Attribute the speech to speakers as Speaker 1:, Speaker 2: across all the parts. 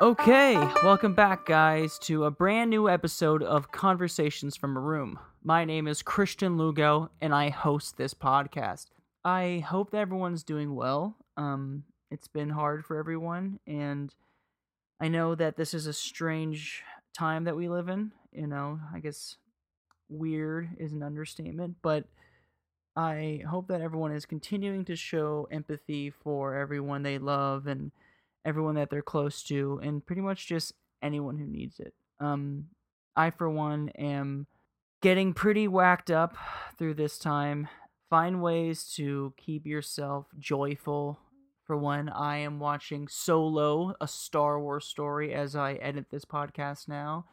Speaker 1: Okay, welcome back, guys, to a brand new episode of Conversations from a Room. My name is Christian Lugo, and I host this podcast. I hope that everyone's doing well. Um, it's been hard for everyone, and I know that this is a strange time that we live in. You know, I guess weird is an understatement, but I hope that everyone is continuing to show empathy for everyone they love and everyone that they're close to, and pretty much just anyone who needs it. Um, I, for one, am getting pretty whacked up through this time. Find ways to keep yourself joyful. For one, I am watching Solo, a Star Wars story, as I edit this podcast now.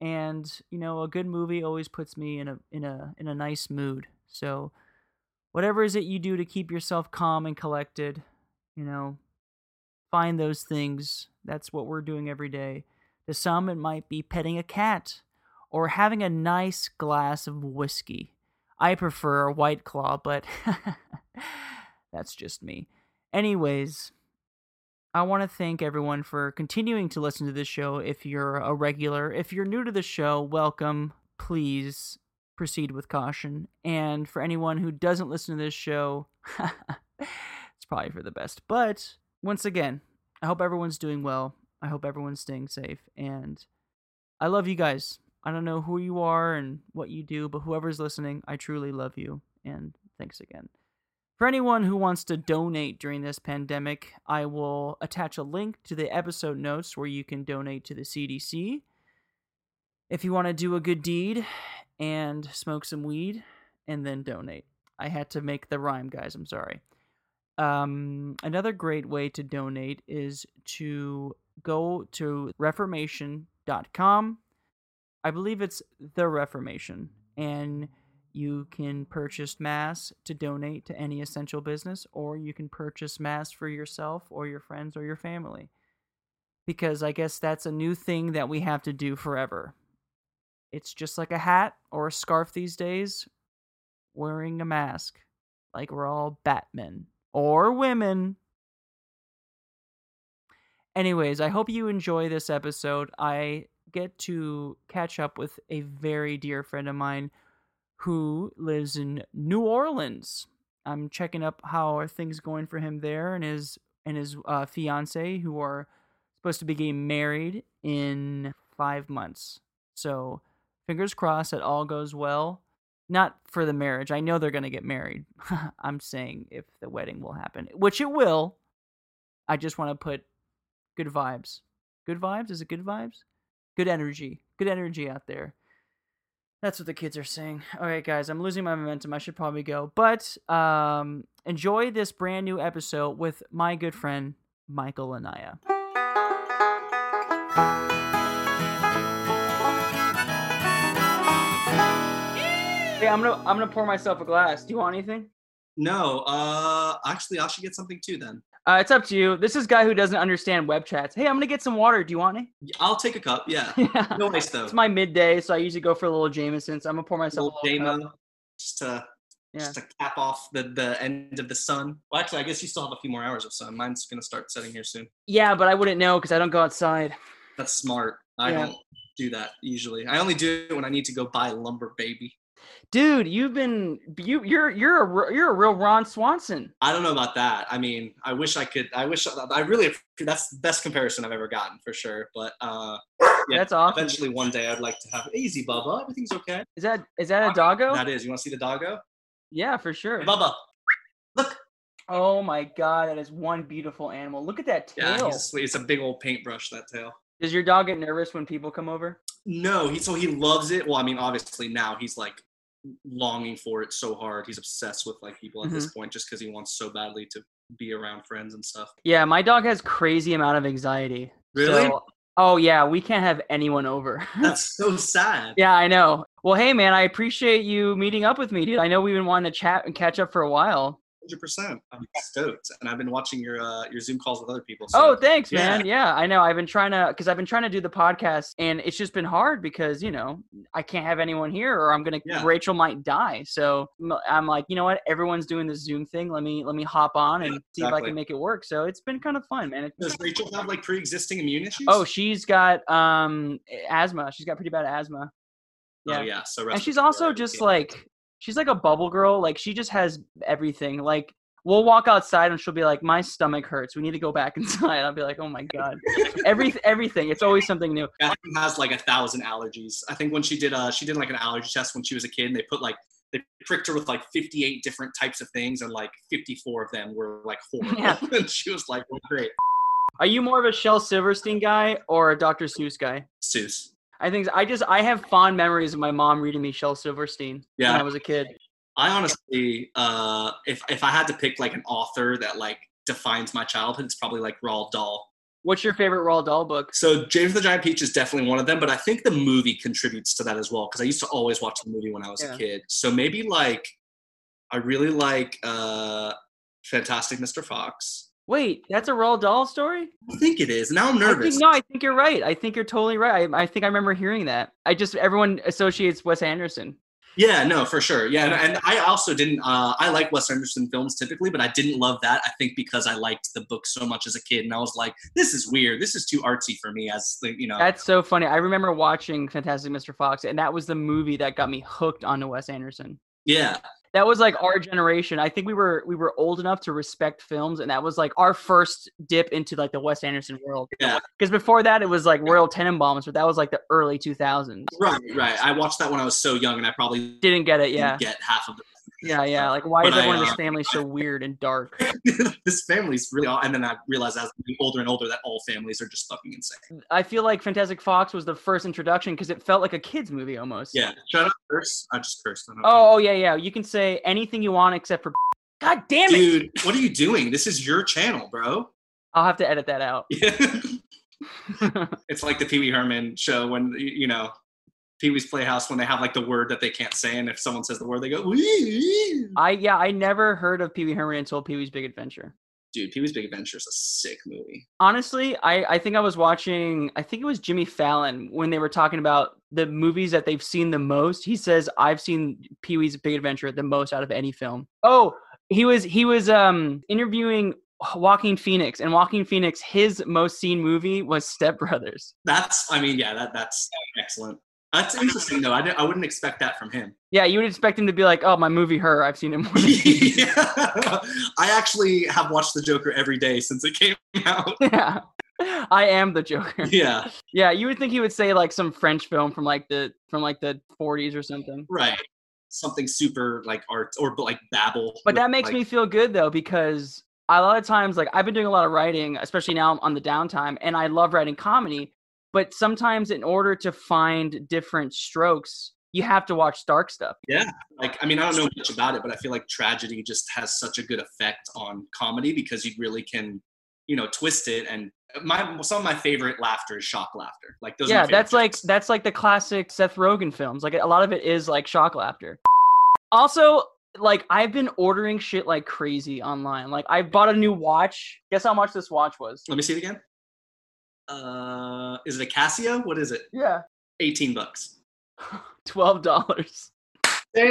Speaker 1: And you know, a good movie always puts me in a in a in a nice mood. So, whatever is it you do to keep yourself calm and collected, you know, find those things. That's what we're doing every day. To some, it might be petting a cat or having a nice glass of whiskey. I prefer a white claw, but that's just me. Anyways, I want to thank everyone for continuing to listen to this show. If you're a regular, if you're new to the show, welcome. Please proceed with caution. And for anyone who doesn't listen to this show, it's probably for the best. But once again, I hope everyone's doing well. I hope everyone's staying safe. And I love you guys. I don't know who you are and what you do, but whoever's listening, I truly love you. And thanks again. For anyone who wants to donate during this pandemic, I will attach a link to the episode notes where you can donate to the CDC. If you want to do a good deed and smoke some weed and then donate. I had to make the rhyme, guys. I'm sorry. Um, another great way to donate is to go to reformation.com. I believe it's the Reformation, and you can purchase mass to donate to any essential business, or you can purchase mass for yourself, or your friends, or your family. Because I guess that's a new thing that we have to do forever. It's just like a hat or a scarf these days, wearing a mask, like we're all Batmen or women. Anyways, I hope you enjoy this episode. I get to catch up with a very dear friend of mine who lives in New Orleans. I'm checking up how are things going for him there and his and his uh, fiance who are supposed to be getting married in five months. So fingers crossed that all goes well. Not for the marriage. I know they're going to get married. I'm saying if the wedding will happen, which it will. I just want to put good vibes. Good vibes? Is it good vibes? Good energy. Good energy out there. That's what the kids are saying. All right, guys, I'm losing my momentum. I should probably go. But um, enjoy this brand new episode with my good friend, Michael Anaya. Hey, I'm gonna I'm gonna pour myself a glass. Do you want anything?
Speaker 2: No, uh, actually, I should get something too then.
Speaker 1: Uh, it's up to you. This is guy who doesn't understand web chats. Hey, I'm gonna get some water. Do you want it?
Speaker 2: I'll take a cup. Yeah,
Speaker 1: Yeah.
Speaker 2: no ice though.
Speaker 1: It's my midday, so I usually go for a little Jameson. So I'm gonna pour myself
Speaker 2: Little
Speaker 1: a little cup.
Speaker 2: Damo, just to just to cap off the the end of the sun. Well, actually, I guess you still have a few more hours of sun. Mine's gonna start setting here soon.
Speaker 1: Yeah, but I wouldn't know because I don't go outside.
Speaker 2: That's smart. I
Speaker 1: Yeah.
Speaker 2: don't do that usually. I only do it when I need to go buy lumber, baby.
Speaker 1: Dude, you've been you you're you're a r- you're a real Ron Swanson.
Speaker 2: I don't know about that. I mean, I wish I could. I wish I really. That's the best comparison I've ever gotten for sure. But uh, Yeah,
Speaker 1: That's awesome.
Speaker 2: eventually, one day, I'd like to have easy, Bubba. Everything's okay.
Speaker 1: Is that is that a doggo?
Speaker 2: That is. You want to see the doggo?
Speaker 1: yeah, for sure.
Speaker 2: Hey, Bubba.
Speaker 1: Oh my god, that is one beautiful animal. Look at that
Speaker 2: Yeah,
Speaker 1: tail.
Speaker 2: he's, it's a big old paintbrush that tail.
Speaker 1: Does your dog get nervous when people come over?
Speaker 2: No, he so he loves it. Well, I mean, obviously now he's like longing for it so hard. He's obsessed with like people at this
Speaker 1: Mm-hmm.
Speaker 2: point just because he wants so badly to be around friends and stuff.
Speaker 1: Yeah, my dog has crazy amount of anxiety.
Speaker 2: Really?
Speaker 1: So- oh yeah, we can't have anyone over.
Speaker 2: That's so sad.
Speaker 1: yeah, I know. Well, hey man, I appreciate you meeting up with me, dude. I know we've been wanting to chat and catch up for a while.
Speaker 2: Hundred percent. I'm stoked, and I've been watching your uh, your Zoom calls with other people. so-
Speaker 1: Oh, thanks,
Speaker 2: yeah.
Speaker 1: man. Yeah, I know. I've been trying to because I've been trying to do the podcast, and it's just been hard because you know I can't have anyone here, or I'm gonna
Speaker 2: Yeah.
Speaker 1: Rachel might die. So m- I'm like, you know what? Everyone's doing this Zoom thing. Let me let me hop on and see if I
Speaker 2: exactly.
Speaker 1: can make it work. So it's been kind of fun, man. It-
Speaker 2: Does Rachel have like pre-existing immune issues?
Speaker 1: oh, she's got um asthma. She's got pretty bad asthma,
Speaker 2: yeah.
Speaker 1: yeah.
Speaker 2: Oh, yeah. So
Speaker 1: and she's
Speaker 2: respiratory,
Speaker 1: also just like she's like a bubble girl. Like she just has everything. Like. We'll walk outside and she'll be like, "My stomach hurts. We need to go back inside." I'll be like, "Oh my god!" Every everything. It's always something new.
Speaker 2: Catherine has like a thousand allergies. I think when she did uh she did like an allergy test when she was a kid and they put like they pricked her with like 58 different types of things and like 54 of them were like horrible.
Speaker 1: Yeah.
Speaker 2: and she was like, well, great.
Speaker 1: Are you more of a Shel Silverstein guy or a Dr. Seuss guy?
Speaker 2: Seuss.
Speaker 1: I think I just I have fond memories of my mom reading me Shel Silverstein when
Speaker 2: Yeah.
Speaker 1: I was a kid.
Speaker 2: I honestly uh if if I had to pick like an author that like defines my childhood, it's probably like Roald Dahl.
Speaker 1: What's your favorite Roald Dahl book?
Speaker 2: So James and the Giant Peach is definitely one of them, but I think the movie contributes to that as well because I used to always watch the movie when I was
Speaker 1: Yeah.
Speaker 2: a kid. So maybe like I really like uh Fantastic Mr. Fox.
Speaker 1: Wait, that's a Roald Dahl story?
Speaker 2: I think it is. Now I'm
Speaker 1: I think-
Speaker 2: nervous.
Speaker 1: no, I think you're right. I think you're totally right. I, I think I remember hearing that. I just everyone associates Wes Anderson.
Speaker 2: Yeah, no, for sure. Yeah, and, and I also didn't. Uh, I like Wes Anderson films typically, but I didn't love that. I think because I liked the book so much as a kid, and I was like, "This is weird. This is too artsy for me." As like, you know,
Speaker 1: That's so funny. I remember watching Fantastic Mr. Fox, and that was the movie that got me hooked onto Wes Anderson.
Speaker 2: yeah,
Speaker 1: that was like our generation. I think we were we were old enough to respect films, and that was like our first dip into like the Wes Anderson world.
Speaker 2: Yeah.
Speaker 1: Because before that, it was like Royal Tenenbaums, but that was like the early 2000s.
Speaker 2: right, right. I watched that when I was so young, and I probably
Speaker 1: Didn't get it. Yeah.
Speaker 2: didn't get half of
Speaker 1: Yeah. Yeah. Like, why
Speaker 2: But
Speaker 1: is
Speaker 2: I,
Speaker 1: everyone in this
Speaker 2: uh,
Speaker 1: family so weird and dark?
Speaker 2: the this family's really. And then I realized as I'm getting older and older that all families are just fucking insane.
Speaker 1: I feel like Fantastic Fox was the first introduction because it felt like a kids movie almost.
Speaker 2: Yeah, shut up, curse. I just cursed. I don't know.
Speaker 1: Oh, oh yeah, yeah. You can say anything you want except for. God damn it!
Speaker 2: dude, what are you doing? This is your channel, bro.
Speaker 1: I'll have to edit that
Speaker 2: Mm-hmm.
Speaker 1: out.
Speaker 2: it's like the Pee Wee Herman show when y- you know Pee Wee's Playhouse when they have like the word that they can't say, and if someone says the word, they go "Wee."
Speaker 1: I yeah, I never heard of Pee Wee Herman until Pee Wee's Big Adventure.
Speaker 2: Dude, Pee Wee's Big Adventure is a sick movie.
Speaker 1: honestly I, I think i was watching i think it was jimmy fallon when they were talking about the movies that they've seen the most he says i've seen pee-wee's big adventure the most out of any film oh he was he was um interviewing Joaquin Phoenix and Joaquin Phoenix, his most seen movie was Step Brothers.
Speaker 2: That's, I mean, yeah, that that's excellent. That's interesting though. I, di- I wouldn't expect that from him.
Speaker 1: Yeah, you would expect him to be like, "Oh, my movie, Her." I've seen it more. Than you."
Speaker 2: Yeah. I actually have watched The Joker every day since it came out.
Speaker 1: yeah, I am the Joker.
Speaker 2: Yeah,
Speaker 1: Yeah, you would think he would say like some French film from like the from like the 40s or something.
Speaker 2: right. Something super like art or like babble.
Speaker 1: But that makes me feel good though because a lot of times, like I've been doing a lot of writing, especially now I'm on the downtime, and I love writing comedy. But sometimes, in order to find different strokes, you have to watch dark stuff.
Speaker 2: like i mean i don't know much about it but i feel like tragedy just has such a good effect on comedy because you really can you know twist it and my some of my favorite laughter is shock laughter like those are my
Speaker 1: yeah,
Speaker 2: favorite
Speaker 1: that's like
Speaker 2: jokes.
Speaker 1: that's like the classic Seth Rogen films. Like a lot of it is like shock laughter. Also, like I've been ordering shit like crazy online. Like I bought a new watch. Guess how much this watch was?
Speaker 2: let me see it again uh is it a casio what is it
Speaker 1: Yeah,
Speaker 2: 18 bucks
Speaker 1: twelve dollars.
Speaker 2: damn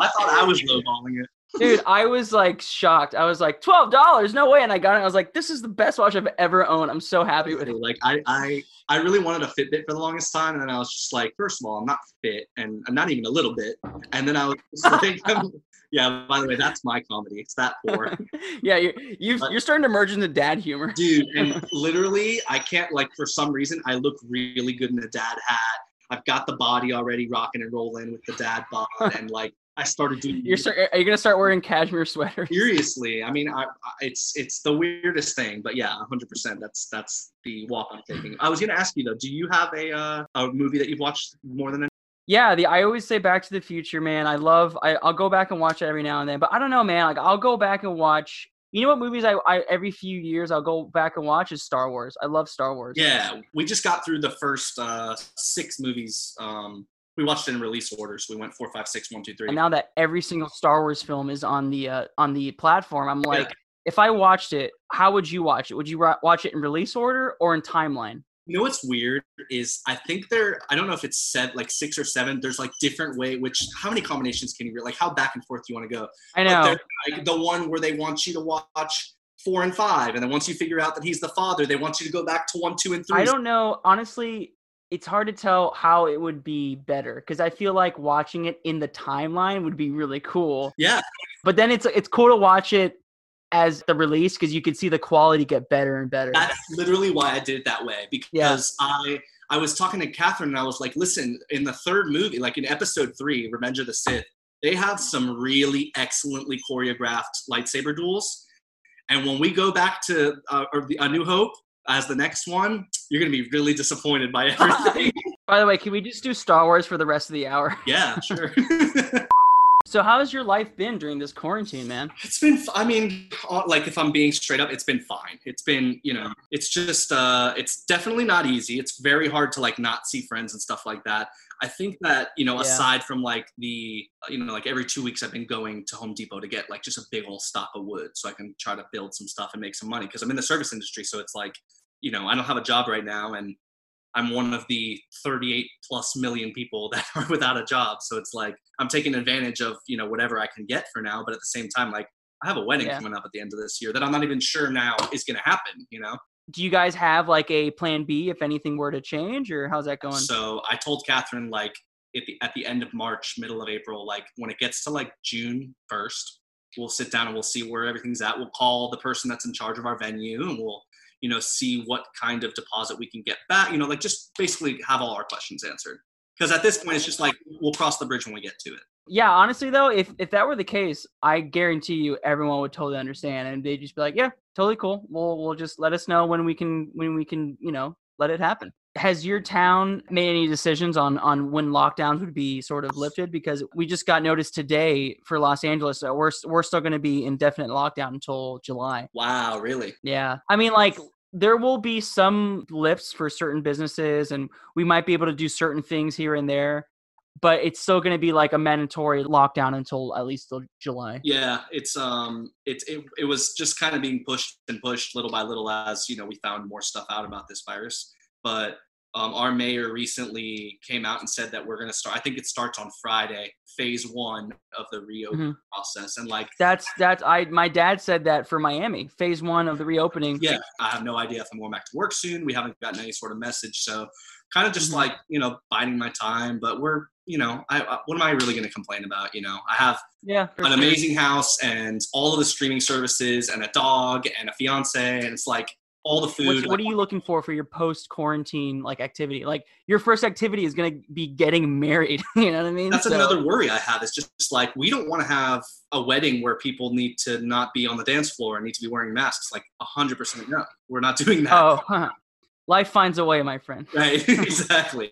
Speaker 2: i thought i was lowballing it
Speaker 1: Dude, I was like shocked. I was like, twelve dollars, no way. And I got it. and I was like, this is the best watch I've ever owned. I'm so happy with it.
Speaker 2: like I, I i really wanted a fitbit for the longest time and then i was just like first of all i'm not fit and i'm not even a little bit and then i was just like yeah by the way that's my comedy it's that poor
Speaker 1: yeah, you're you've,
Speaker 2: But-
Speaker 1: you're starting to merge into dad humor.
Speaker 2: dude and literally i can't like for some reason i look really good in a dad hat i've got the body already rocking and rolling with the dad bod and like i started doing
Speaker 1: You're start, are you gonna start wearing cashmere sweaters?
Speaker 2: seriously i mean I, I it's it's the weirdest thing but yeah 100% that's that's the walk i'm taking i was gonna ask you though do you have a uh, a movie that you've watched more than
Speaker 1: Yeah, the I always say Back to the Future, man. I love. I I'll go back and watch it every now and then. But I don't know, man. Like I'll go back and watch. You know what movies I, I every few years I'll go back and watch is Star Wars. I love Star Wars.
Speaker 2: yeah we just got through the first uh six movies um we watched it in release order, so we went four, five, six, one, two, three.
Speaker 1: And now that every single Star Wars film is on the uh, on the platform, I'm like, if I watched it, how would you watch it? Would you ri- watch it in release order or in timeline?
Speaker 2: you know what's weird is I think there I don't know if it's set like six or seven. There's like different way which how many combinations can you re- like how back and forth do you want to go?
Speaker 1: I
Speaker 2: But
Speaker 1: know.
Speaker 2: there's, like the one where they want you to watch four and five, and then once you figure out that he's the father, they want you to go back to one, two, and three.
Speaker 1: I don't know. Honestly, it's hard to tell how it would be better because I feel like watching it in the timeline would be really cool.
Speaker 2: Yeah,
Speaker 1: But then it's it's cool to watch it as the release because you could see the quality get better and better.
Speaker 2: that's literally why I did it that way because I I was talking to Catherine and I was like, listen, in the third movie, like in episode three, Revenge of the Sith, they have some really excellently choreographed lightsaber duels, and when we go back to uh, or the, A New Hope as the next one, you're gonna be really disappointed by everything.
Speaker 1: By the way, can we just do Star Wars for the rest of the hour?
Speaker 2: yeah, sure.
Speaker 1: So, how has your life been during this quarantine, man?
Speaker 2: It's been, f- I mean, uh, like if I'm being straight up, it's been fine. It's been, you know, it's just, uh, it's definitely not easy. It's very hard to like not see friends and stuff like that. I think that, you know,
Speaker 1: Yeah.
Speaker 2: aside from like the, uh, you know, like every two weeks I've been going to Home Depot to get like just a big old stock of wood so I can try to build some stuff and make some money because I'm in the service industry. So it's like, you know, I don't have a job right now and I'm one of the 38 plus million people that are without a job. So it's like I'm taking advantage of, you know, whatever I can get for now. But at the same time, like I have a wedding
Speaker 1: Yeah.
Speaker 2: coming up at the end of this year that I'm not even sure now is going to happen, you know?
Speaker 1: Do you guys have like a plan B if anything were to change, or how's that going?
Speaker 2: So I told Catherine, like, at the, at the end of March, middle of April, like when it gets to like June 1st, we'll sit down and we'll see where everything's at. We'll call the person that's in charge of our venue and we'll, you know, see what kind of deposit we can get back, you know, like just basically have all our questions answered. Because at this point, it's just like we'll cross the bridge when we get to it.
Speaker 1: Yeah, honestly though, if if that were the case, I guarantee you everyone would totally understand and they'd just be like, Yeah, totally cool. We'll we'll just let us know when we can when we can, you know, let it happen. Has your town made any decisions on on when lockdowns would be sort of lifted? Because we just got notice today for Los Angeles that we're s- we're still going to be indefinite lockdown until July.
Speaker 2: Wow, really?
Speaker 1: Yeah, I mean, like there will be some lifts for certain businesses, and we might be able to do certain things here and there, but it's still going to be like a mandatory lockdown until at least till July.
Speaker 2: Yeah, it's um, it's it, it was just kind of being pushed and pushed little by little as you know we found more stuff out about this virus. But um, our mayor recently came out and said that we're gonna start. I think it starts on Friday, phase one of the reopen
Speaker 1: Mhm.
Speaker 2: process, and like.
Speaker 1: That's that's I my dad said that for Miami, phase one of the reopening.
Speaker 2: Yeah, I have no idea if I'm going back to work soon. We haven't gotten any sort of message, so kind of just
Speaker 1: Mhm.
Speaker 2: like you know biding my time. But we're you know, I, I what am I really going to complain about? You know, I have
Speaker 1: yeah, for
Speaker 2: an
Speaker 1: sure.
Speaker 2: amazing house and all of the streaming services and a dog and a fiance and it's like all the
Speaker 1: What's-
Speaker 2: food.
Speaker 1: what are you looking for for your post quarantine like activity? Like your first activity is going to be getting married. you know what I mean?
Speaker 2: That's
Speaker 1: So-
Speaker 2: another worry I have. Is just, just like we don't want to have a wedding where people need to not be on the dance floor and need to be wearing masks. Like hundred percent, no, we're not doing that.
Speaker 1: Oh, huh. life finds a way, my friend.
Speaker 2: Right, exactly.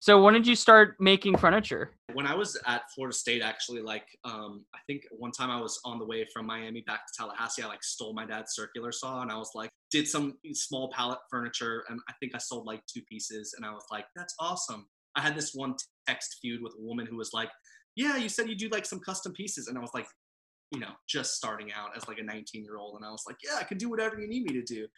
Speaker 1: So when did you start making furniture?
Speaker 2: When I was at Florida State, actually, like um, I think one time I was on the way from Miami back to Tallahassee, I like stole my dad's circular saw and I was like, did some small pallet furniture, and I think I sold like two pieces, and I was like, that's awesome. I had this one text feud with a woman who was like, yeah, you said you do like some custom pieces, and I was like, you know, just starting out as like a 19 year old, and I was like, yeah, I can do whatever you need me to do.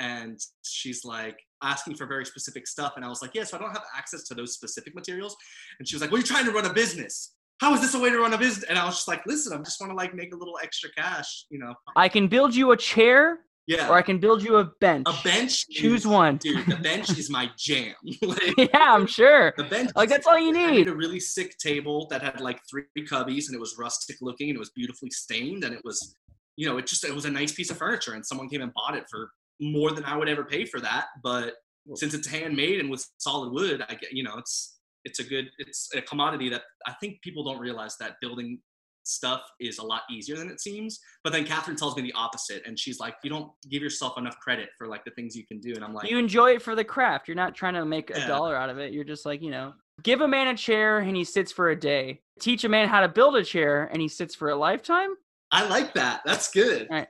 Speaker 2: And she's like asking for very specific stuff. And I was like, yeah, so I don't have access to those specific materials. And she was like, Well, you're trying to run a business. How is this a way to run a business? And I was just like, listen, I just want to like make a little extra cash, you know.
Speaker 1: I can build you a chair
Speaker 2: Yeah.
Speaker 1: or I can build you a bench.
Speaker 2: A bench.
Speaker 1: Choose
Speaker 2: is-
Speaker 1: one.
Speaker 2: Dude, the bench is my jam. like,
Speaker 1: yeah, I'm sure.
Speaker 2: the bench.
Speaker 1: Like
Speaker 2: is-
Speaker 1: that's all you
Speaker 2: I had
Speaker 1: need.
Speaker 2: a really sick table that had like three cubbies and it was rustic looking and it was beautifully stained and it was, you know, it just it was a nice piece of furniture and someone came and bought it for more than I would ever pay for that. But since it's handmade and with solid wood, I get you know it's it's a good it's a commodity that I think people don't realize that building stuff is a lot easier than it seems. But then Catherine tells me the opposite and she's like, you don't give yourself enough credit for like the things you can do. And I'm like,
Speaker 1: You enjoy it for the craft. You're not trying to make a
Speaker 2: Yeah.
Speaker 1: dollar out of it. You're just like, you know, give a man a chair and he sits for a day. Teach a man how to build a chair and he sits for a lifetime.
Speaker 2: I like that. That's good.
Speaker 1: Right.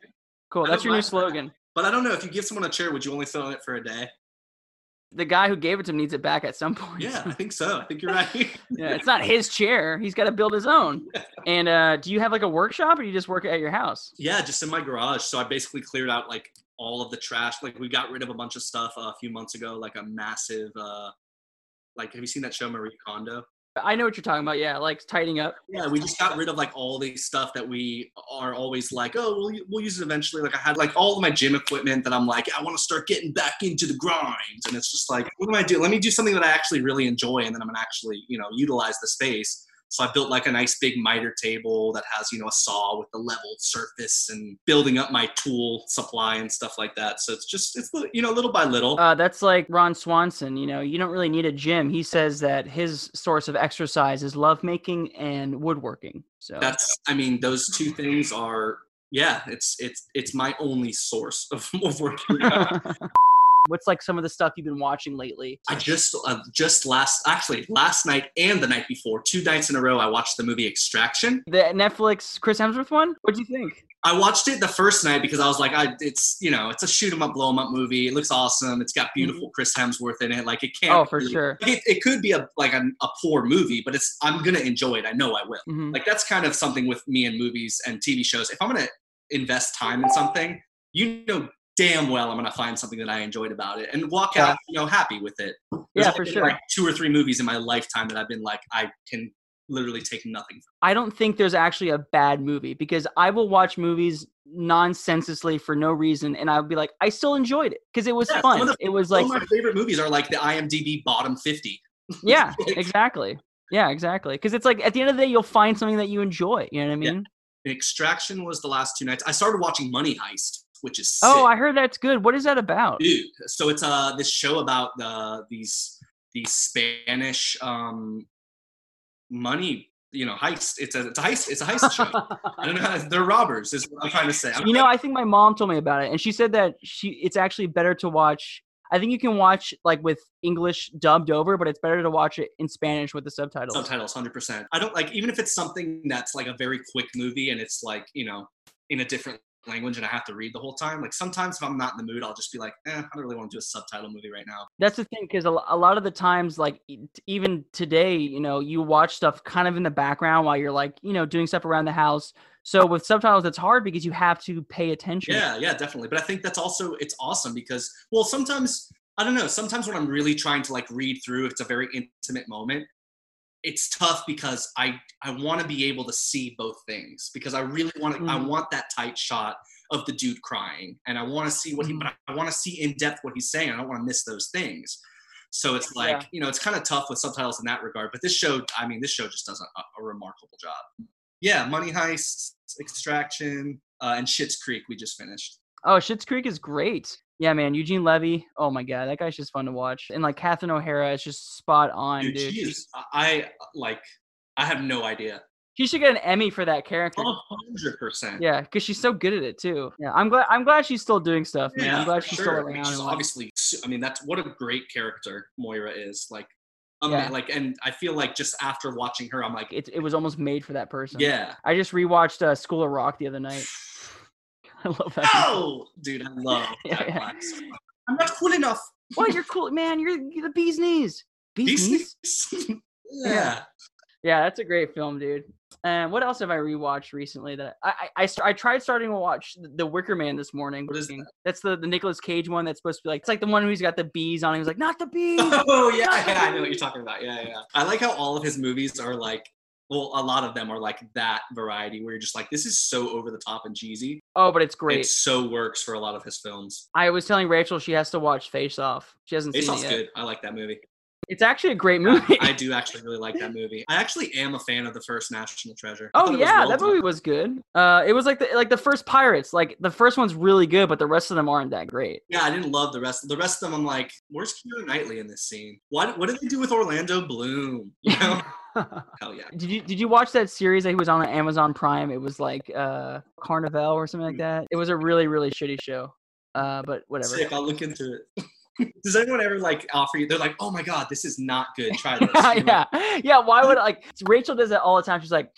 Speaker 1: Cool.
Speaker 2: I
Speaker 1: That's your
Speaker 2: don't
Speaker 1: new
Speaker 2: mind that.
Speaker 1: slogan.
Speaker 2: But I don't know if you give someone a chair, would you only sit on it for a day?
Speaker 1: The guy who gave it to him needs it back at some point.
Speaker 2: Yeah, I think so. I think you're right.
Speaker 1: Yeah, it's not his chair. He's got to build his own. And uh, do you have like a workshop, or you just work at your house?
Speaker 2: yeah, just in my garage. So I basically cleared out like all of the trash. Like we got rid of a bunch of stuff uh, a few months ago, like a massive, uh, like, have you seen that show Marie Kondo?
Speaker 1: I know what you're talking about. Yeah, like tidying up.
Speaker 2: Yeah, we just got rid of like all the stuff that we are always like, oh, we'll, we'll use it eventually. Like I had like all of my gym equipment that I'm like, I want to start getting back into the grind. And it's just like, what do I do? Let me do something that I actually really enjoy and then I'm going to actually, you know, utilize the space. So I built like a nice big miter table that has, you know, a saw with the level surface and building up my tool supply and stuff like that. So it's just, it's, li- you know, little by little.
Speaker 1: Uh, that's like Ron Swanson. You know, you don't really need a gym. He says that his source of exercise is lovemaking and woodworking. So
Speaker 2: That's, I mean, those two things are, yeah, it's, it's, it's my only source of, of working out.
Speaker 1: what's like some of the stuff you've been watching lately?
Speaker 2: I just uh, just last actually last night and the night before, two nights in a row, I watched the movie Extraction.
Speaker 1: The Netflix Chris Hemsworth one. What do you think?
Speaker 2: I watched it the first night because I was like, I, it's you know, it's a shoot 'em up, blow 'em up movie. It looks awesome. It's got beautiful Chris Hemsworth in it. Like it can't.
Speaker 1: Mhm. Oh, for
Speaker 2: really-
Speaker 1: sure.
Speaker 2: It, it could be a like a, a poor movie, but it's I'm gonna enjoy it. I know I will.
Speaker 1: Mhm.
Speaker 2: Like that's kind of something with me and movies and TV shows. If I'm gonna invest time in something, you know damn well I'm gonna find something that I enjoyed about it and walk
Speaker 1: Yeah.
Speaker 2: out you know happy with it.
Speaker 1: Yeah,
Speaker 2: There's
Speaker 1: for
Speaker 2: been,
Speaker 1: sure.
Speaker 2: Like two or three movies in my lifetime that I've been like, I can literally take nothing. From.
Speaker 1: I don't think there's actually a bad movie because I will watch movies nonsensically for no reason and I'll be like, I still enjoyed it because it was
Speaker 2: Yeah, some
Speaker 1: fun.
Speaker 2: of the-
Speaker 1: it was
Speaker 2: Like
Speaker 1: like,
Speaker 2: Some of my favorite movies are like the IMDb bottom 50.
Speaker 1: yeah,
Speaker 2: like-
Speaker 1: exactly. Yeah, exactly. Because it's like at the end of the day, you'll find something that you enjoy. You know what I
Speaker 2: Yeah.
Speaker 1: mean?
Speaker 2: Extraction was the last two nights. I started watching Money Heist, which is sick.
Speaker 1: Oh, I heard that's good. What is that about?
Speaker 2: dude. So it's uh this show about uh, these these Spanish um money you know heist. It's a it's a heist. It's a heist show. I don't know. How, they're robbers. Is what I'm trying to say. I'm
Speaker 1: you know, I think my mom told me about it, and she said that she it's actually better to watch. I think you can watch like with English dubbed over, but it's better to watch it in Spanish with the subtitles.
Speaker 2: subtitles 100% i don't like even if it's something that's like a very quick movie and it's like you know in a different language and i have to read the whole time like sometimes if i'm not in the mood i'll just be like eh, i don't really want to do a subtitle movie right now
Speaker 1: That's the thing, because a, lo- a lot of the times, like e- t- even today, you know, you watch stuff kind of in the background while you're like, you know, doing stuff around the house. So with subtitles, it's hard because you have to pay attention.
Speaker 2: yeah yeah definitely but i think that's also it's awesome because well sometimes i don't know sometimes when i'm really trying to like read through if it's a very intimate moment it's tough because i i want to be able to see both things because i really want to i
Speaker 1: Mhm.
Speaker 2: want that tight shot of the dude crying and i want to see what he
Speaker 1: Mhm.
Speaker 2: but i want to see in depth what he's saying i don't want to miss those things so it's like
Speaker 1: Yeah.
Speaker 2: you know it's kind of tough with subtitles in that regard but this show i mean this show just does a, a remarkable job yeah money heist extraction uh, and Shit's creek we just finished
Speaker 1: Oh, Schitt's Creek is great. Yeah, man, Eugene Levy. Oh my god, that guy's just fun to watch. And like Catherine O'Hara is just spot on, dude.
Speaker 2: dude, she is i like i have no idea
Speaker 1: She should get an Emmy for that character.
Speaker 2: Oh, 100%
Speaker 1: Yeah, because she's so good at it too. Yeah, I'm glad. I'm glad she's still doing stuff, man.
Speaker 2: Yeah,
Speaker 1: I'm glad
Speaker 2: for
Speaker 1: she's
Speaker 2: sure.
Speaker 1: still
Speaker 2: I
Speaker 1: around.
Speaker 2: mean, she's
Speaker 1: and, like-
Speaker 2: obviously. su- I mean, that's what a great character Moira is. Like, um,
Speaker 1: Yeah.
Speaker 2: like, and I feel like just after watching her, I'm like,
Speaker 1: it, it was almost made for that person.
Speaker 2: yeah.
Speaker 1: I just rewatched uh, School of Rock the other night. I love that. movie.
Speaker 2: Oh, dude, I love
Speaker 1: Yeah,
Speaker 2: Jack
Speaker 1: yeah.
Speaker 2: Black. so much. I'm not cool enough.
Speaker 1: What? You're cool, man. You're, you're the bee's knees. Bee's,
Speaker 2: These
Speaker 1: knees?
Speaker 2: things. yeah.
Speaker 1: Yeah. Yeah, that's a great film, dude. And what else have I rewatched recently? That I I, I, st- I tried starting to watch The- The Wicker Man this morning.
Speaker 2: What is
Speaker 1: fucking- That's the the Nicolas Cage one that's supposed to be like it's like the one who's got the bees on. He was like, not the bees.
Speaker 2: Oh yeah, yeah, I know what you're talking about. Yeah, yeah. yeah. I like how all of his movies are like. Well, a lot of them are like that variety where you're just like, this is so over the top and cheesy.
Speaker 1: oh, but it's great.
Speaker 2: It so works for a lot of his films.
Speaker 1: I was telling Rachel she has to watch Face Off. She hasn't
Speaker 2: It's
Speaker 1: seen it
Speaker 2: all
Speaker 1: yet.
Speaker 2: good. I like that movie.
Speaker 1: It's actually a great movie.
Speaker 2: I do actually really like that movie. I actually am a fan of the first National Treasure.
Speaker 1: oh
Speaker 2: I thought it was
Speaker 1: yeah,
Speaker 2: well
Speaker 1: that
Speaker 2: done.
Speaker 1: movie was good. Uh, it was like the like the first Pirates. Like the first one's really good, but the rest of them aren't that great.
Speaker 2: Yeah, I didn't love the rest. The rest of them, I'm like, where's Keira Knightley in this scene? What What did they do with Orlando Bloom? You know? Hell yeah.
Speaker 1: did you did you watch that series that he was on on Amazon Prime? It was like uh Carnival or something
Speaker 2: Mm.
Speaker 1: like that. It was a really really shitty show. Uh, but whatever.
Speaker 2: Sick. I'll look into it. Does anyone ever like offer you? They're like, oh my god, this is not good. Try this. You're like,
Speaker 1: yeah, yeah. Why would like Rachel does that all the time? She's like,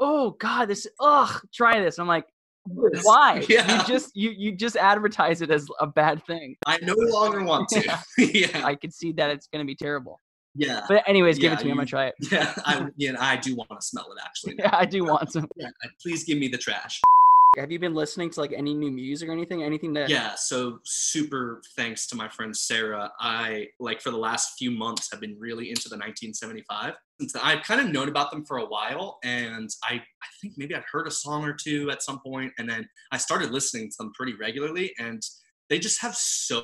Speaker 1: oh god, this ugh, try this. I'm like, Why?
Speaker 2: Yeah.
Speaker 1: You just you you just advertise it as a bad thing.
Speaker 2: I no longer want to. yeah.
Speaker 1: I can see that it's gonna be terrible.
Speaker 2: Yeah.
Speaker 1: But anyways, give
Speaker 2: Yeah,
Speaker 1: it to me. I'm gonna
Speaker 2: you-
Speaker 1: try it.
Speaker 2: Yeah. I, yeah, I do want to smell it actually.
Speaker 1: Yeah, I do want some.
Speaker 2: Yeah, Please give me the trash.
Speaker 1: Have you been listening to like any new music or anything? Anything that
Speaker 2: Yeah, so super thanks to my friend Sarah. I like for the last few months have been really into the 1975. Since I've kind of known about them for a while, and I I think maybe I'd heard a song or two at some point, and then I started listening to them pretty regularly, and they just have so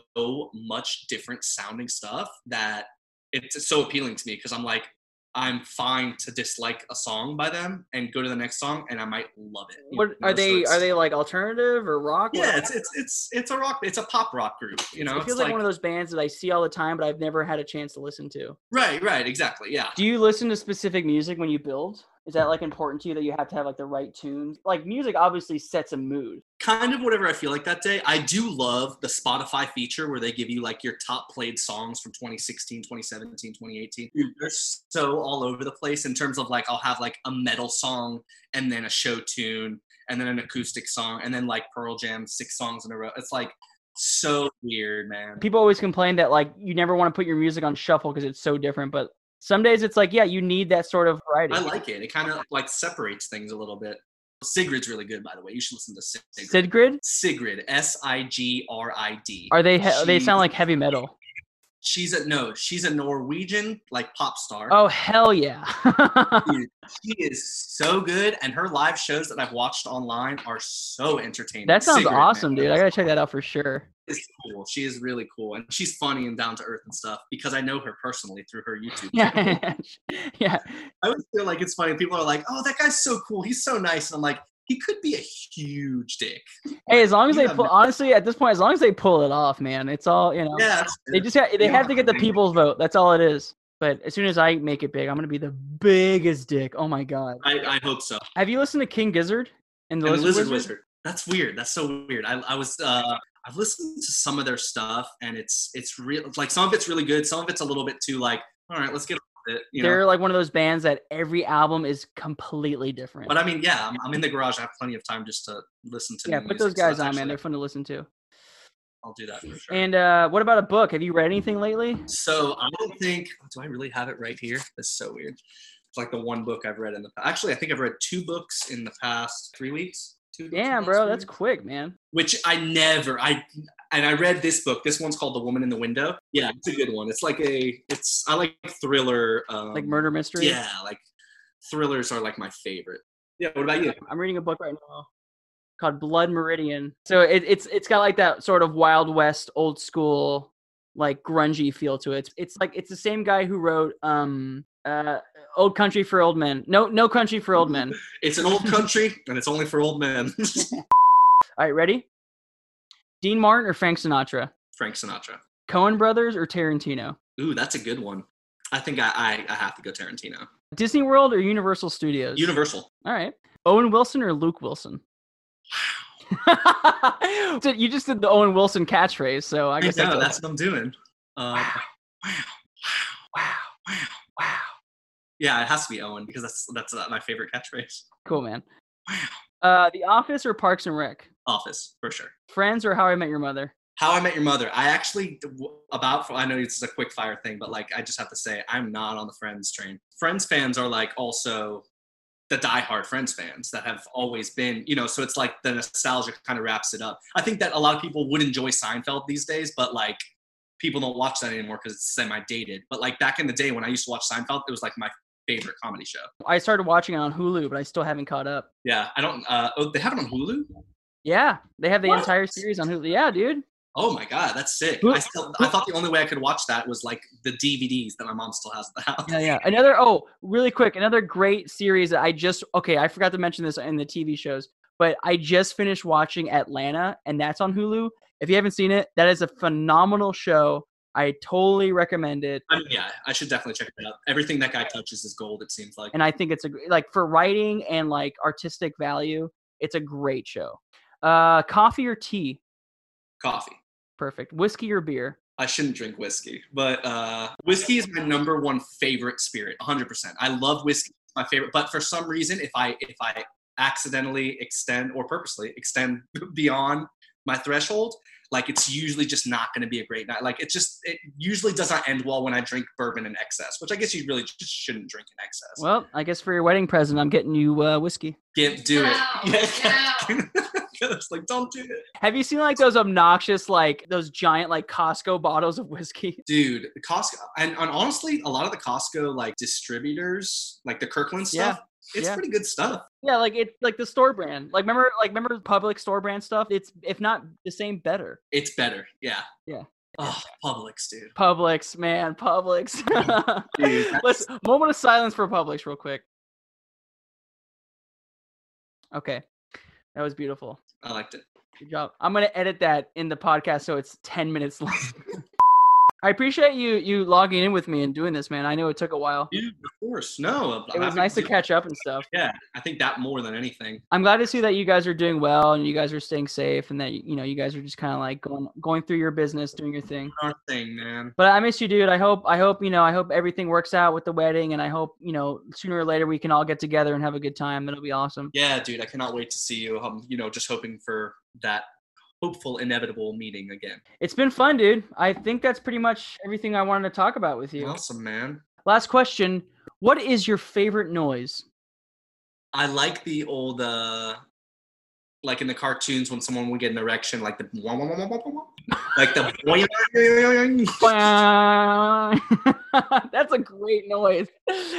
Speaker 2: much different sounding stuff that it's so appealing to me because I'm like. I'm fine to dislike a song by them and go to the next song and I might love it. you
Speaker 1: What
Speaker 2: know,
Speaker 1: are
Speaker 2: so
Speaker 1: they?
Speaker 2: it's-
Speaker 1: Are they like alternative or rock?
Speaker 2: yeah,
Speaker 1: What-
Speaker 2: it's it's it's it's a rock. It's a pop rock group. You know,
Speaker 1: it feels
Speaker 2: it's
Speaker 1: like, one of those bands that I see all the time, but I've never had a chance to listen to.
Speaker 2: right, right, exactly. Yeah,
Speaker 1: Do you listen to specific music when you build? Is that like important to you that you have to have like the right tunes? Like music obviously sets a mood.
Speaker 2: kind of whatever I feel like that day. I do love the Spotify feature where they give you like your top played songs from 2016, 2017, 2018. Dude, They're so all over the place in terms of like I'll have like a metal song and then a show tune and then an acoustic song and then like Pearl Jam six songs in a row. It's like so weird, man.
Speaker 1: People always complain that like you never want to put your music on shuffle because it's so different, but some days it's like yeah, you need that sort of variety.
Speaker 2: I like it. It kind of like separates things a little bit. Sigrid's really good, by the way. You should listen to Sigrid.
Speaker 1: Sidgrid?
Speaker 2: Sigrid, S I G R I D.
Speaker 1: Are they he- they sound
Speaker 2: She-
Speaker 1: like heavy metal?
Speaker 2: She's a no. She's a Norwegian like pop star.
Speaker 1: Oh hell yeah.
Speaker 2: She is so good, and her live shows that I've watched online are so entertaining.
Speaker 1: that sounds
Speaker 2: Sigrid, man,
Speaker 1: awesome, dude. I got to check that out for sure.
Speaker 2: is cool. She is really cool, and she's funny and down to earth and stuff because I know her personally through her YouTube. channel.
Speaker 1: Yeah. yeah.
Speaker 2: I always feel like it's funny. People are like, "Oh, that guy's so cool. He's so nice," and I'm like, "He could be a huge dick."
Speaker 1: Hey, as long as
Speaker 2: You
Speaker 1: they
Speaker 2: have
Speaker 1: pull,
Speaker 2: no-
Speaker 1: honestly, at this point, as long as they pull it off, man, it's all you know.
Speaker 2: Yeah, that's
Speaker 1: They
Speaker 2: true.
Speaker 1: just ha- they
Speaker 2: You
Speaker 1: have
Speaker 2: don't
Speaker 1: to get
Speaker 2: have
Speaker 1: the
Speaker 2: to think.
Speaker 1: people's vote. That's all it is. But as soon as I make it big, I'm gonna be the biggest dick. Oh my god!
Speaker 2: I, I hope so.
Speaker 1: Have you listened to King Gizzard and the
Speaker 2: and
Speaker 1: Lizard, Wizard?
Speaker 2: That's weird. That's so weird. I, I was uh, I've listened to some of their stuff, and it's it's real. Like some of it's really good. Some of it's a little bit too like. All right, let's get on with it. You
Speaker 1: They're
Speaker 2: know.
Speaker 1: like one of those bands that every album is completely different.
Speaker 2: But I mean, yeah, I'm, I'm in the garage. I have plenty of time just to listen to.
Speaker 1: yeah,
Speaker 2: new
Speaker 1: put
Speaker 2: music,
Speaker 1: those
Speaker 2: so that's
Speaker 1: guys on, man.
Speaker 2: actually-
Speaker 1: They're fun to listen to.
Speaker 2: I'll do that for sure.
Speaker 1: And uh, what about a book? Have you read anything lately?
Speaker 2: so I don't think. Do I really have it right here? That's so weird. It's like the one book I've read in the. Actually, I think I've read two books in the past three weeks. Two books in the
Speaker 1: Damn,
Speaker 2: last
Speaker 1: bro,
Speaker 2: three
Speaker 1: that's
Speaker 2: weeks.
Speaker 1: quick, man.
Speaker 2: which I never I and I read this book. This one's called The Woman in the Window. Yeah, it's a good one. It's like a it's I like thriller um,
Speaker 1: Like murder mystery.
Speaker 2: Yeah, like thrillers are like my favorite. Yeah, what about you?
Speaker 1: I'm reading a book right now called Blood Meridian. So it, it's it's got like that sort of Wild West, old school, like grungy feel to it. It's, it's like it's the same guy who wrote um uh Old Country for Old Men. No, No Country for Old Men.
Speaker 2: It's an old country and it's only for old men.
Speaker 1: All right, ready? Dean Martin or Frank Sinatra?
Speaker 2: Frank Sinatra.
Speaker 1: Cohen Brothers or Tarantino?
Speaker 2: Ooh, that's a good one. I think I I, I have to go Tarantino.
Speaker 1: Disney World or Universal Studios?
Speaker 2: Universal.
Speaker 1: All right. Owen Wilson or Luke Wilson? So you just did the Owen Wilson catchphrase, so I
Speaker 2: I,
Speaker 1: guess
Speaker 2: know
Speaker 1: that's
Speaker 2: that's what I'm doing. Uh, wow. wow,
Speaker 1: wow,
Speaker 2: wow,
Speaker 1: wow.
Speaker 2: Yeah, it has to be Owen because that's that's uh, my favorite catchphrase.
Speaker 1: Cool, man.
Speaker 2: Wow.
Speaker 1: Uh, The Office or Parks and Rec?
Speaker 2: Office for sure.
Speaker 1: Friends or How I Met Your Mother?
Speaker 2: How I Met Your Mother. I actually w- about I know this is a quick fire thing, but like I just have to say I'm not on the Friends train. Friends fans are like also the diehard Friends fans that have always been, you know. So it's like the nostalgia kind of wraps it up. I think that a lot of people would enjoy Seinfeld these days, but like people don't watch that anymore because it's semi-dated. But like back in the day when I used to watch Seinfeld, it was like my favorite comedy show.
Speaker 1: I started watching it on Hulu, but I still haven't caught up.
Speaker 2: Yeah, I don't. Uh, oh, they have it on Hulu.
Speaker 1: Yeah, they have the
Speaker 2: What?
Speaker 1: entire series on Hulu. Yeah, dude.
Speaker 2: Oh my god, that's sick.
Speaker 1: Who-
Speaker 2: I, still, I thought the only way I could watch that was like the DVDs that my mom still has at the house.
Speaker 1: Yeah, yeah. Another oh, really quick, another great series that I just okay, I forgot to mention this in the TV shows, but I just finished watching Atlanta, and that's on Hulu. If you haven't seen it, that is a phenomenal show. I totally recommend it.
Speaker 2: I mean, yeah, I should definitely check it out. Everything that guy touches is gold. It seems like.
Speaker 1: and I think it's a gr- like for writing and like artistic value, it's a great show. Uh, coffee or tea?
Speaker 2: coffee.
Speaker 1: Perfect. Whiskey or beer?
Speaker 2: I shouldn't drink whiskey, but uh, whiskey is my number one favorite spirit. 100. percent I love whiskey. It's my favorite, but for some reason, if I if I accidentally extend or purposely extend beyond my threshold, like it's usually just not going to be a great night. Like it just it usually does not end well when I drink bourbon in excess, which I guess you really just shouldn't drink in excess.
Speaker 1: Well, I guess for your wedding present, I'm getting you uh, whiskey.
Speaker 2: Get do
Speaker 3: No,
Speaker 2: it. Yeah. it's like don't do it,
Speaker 1: Have you seen like those obnoxious, like those giant, like Costco bottles of whiskey?
Speaker 2: dude. Costco and, and honestly, a lot of the Costco like distributors, like the Kirkland stuff, it's
Speaker 1: Yeah.
Speaker 2: pretty good stuff.
Speaker 1: Yeah, like it, like the store brand. Like remember, like remember public store brand stuff. It's if not the same, better.
Speaker 2: It's better. Yeah.
Speaker 1: Yeah.
Speaker 2: Oh, Publix, dude.
Speaker 1: Publix, man, Publix.
Speaker 2: Dude,
Speaker 1: Let's moment of silence for Publix, real quick. Okay, that was beautiful.
Speaker 2: I liked it.
Speaker 1: Good job. I'm gonna edit that in the podcast so it's ten minutes long. I appreciate you you logging in with me and doing this, man. I know it took a while.
Speaker 2: Dude, of course. No. I'm
Speaker 1: It was
Speaker 2: happy
Speaker 1: nice to
Speaker 2: do-
Speaker 1: catch up and stuff.
Speaker 2: Yeah, I think that more than anything.
Speaker 1: I'm glad to see that you guys are doing well and you guys are staying safe and that you know you guys are just kind of like going going through your business, doing your thing.
Speaker 2: Our thing, man.
Speaker 1: But I miss you, dude. I hope I hope you know I hope everything works out with the wedding and I hope you know sooner or later we can all get together and have a good time. That'll be awesome.
Speaker 2: Yeah, dude, I cannot wait to see you. I'm, you know, just hoping for that hopeful, inevitable meeting again.
Speaker 1: It's been fun, dude. I think that's pretty much everything I wanted to talk about with you.
Speaker 2: Awesome, man.
Speaker 1: Last question: What is your favorite noise?
Speaker 2: I like the old, uh, like in the cartoons when someone would get an erection, like the wah, wah, wah, wah, wah, wah, wah. like the boing, boing, boing.
Speaker 1: That's a great noise.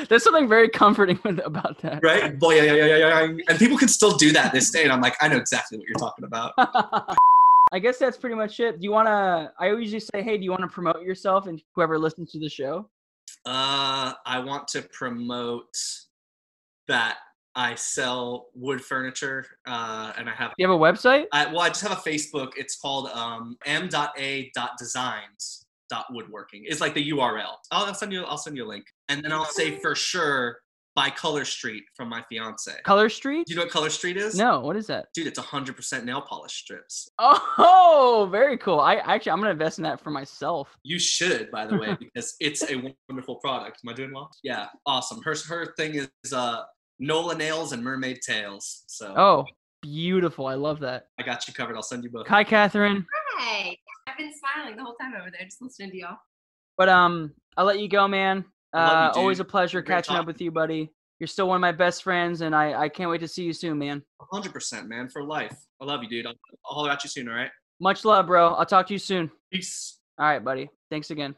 Speaker 1: There's something very comforting with, about that.
Speaker 2: right, boing, boing, boing, boing. and people can still do that this day, and I'm like, I know exactly what you're talking about.
Speaker 1: I guess that's pretty much it. Do you want to? I always just say, hey, do you want to promote yourself and whoever listens to the show?
Speaker 2: Uh, I want to promote that I sell wood furniture, uh, and I have
Speaker 1: Do you have a website?
Speaker 2: I, well, I just have a Facebook. It's called um, m.a.designs.woodworking. It's like the URL. I'll, I'll send you. I'll send you a link, and then I'll say for sure by Color Street from my fiance. Do
Speaker 1: Color Street?
Speaker 2: you know what Color Street is?
Speaker 1: No, what is that?
Speaker 2: Dude, it's 100% nail polish strips.
Speaker 1: Oh, very cool. I actually, I'm gonna invest in that for myself.
Speaker 2: You should, by the way, because it's a wonderful product. Am I doing well? Yeah, awesome. Her her thing is uh, Nola nails and mermaid tails. So
Speaker 1: Oh, beautiful. I love that.
Speaker 2: I got you covered. I'll send you both.
Speaker 1: Hi, Catherine.
Speaker 3: Hi. I've been smiling the whole time over there, just listening to y'all.
Speaker 1: But um, I'll let you go, man.
Speaker 2: I love you,
Speaker 1: Uh, always a
Speaker 2: dude.
Speaker 1: pleasure
Speaker 2: Great
Speaker 1: catching up
Speaker 2: talking.
Speaker 1: with you, buddy. You're still one of my best friends, and I, I can't wait to see you soon, man.
Speaker 2: 100%, man, for life. I love you, dude. I'll, I'll holler at you soon. All right.
Speaker 1: Much love, bro. I'll talk to you soon.
Speaker 2: Peace.
Speaker 1: All right, buddy. Thanks again.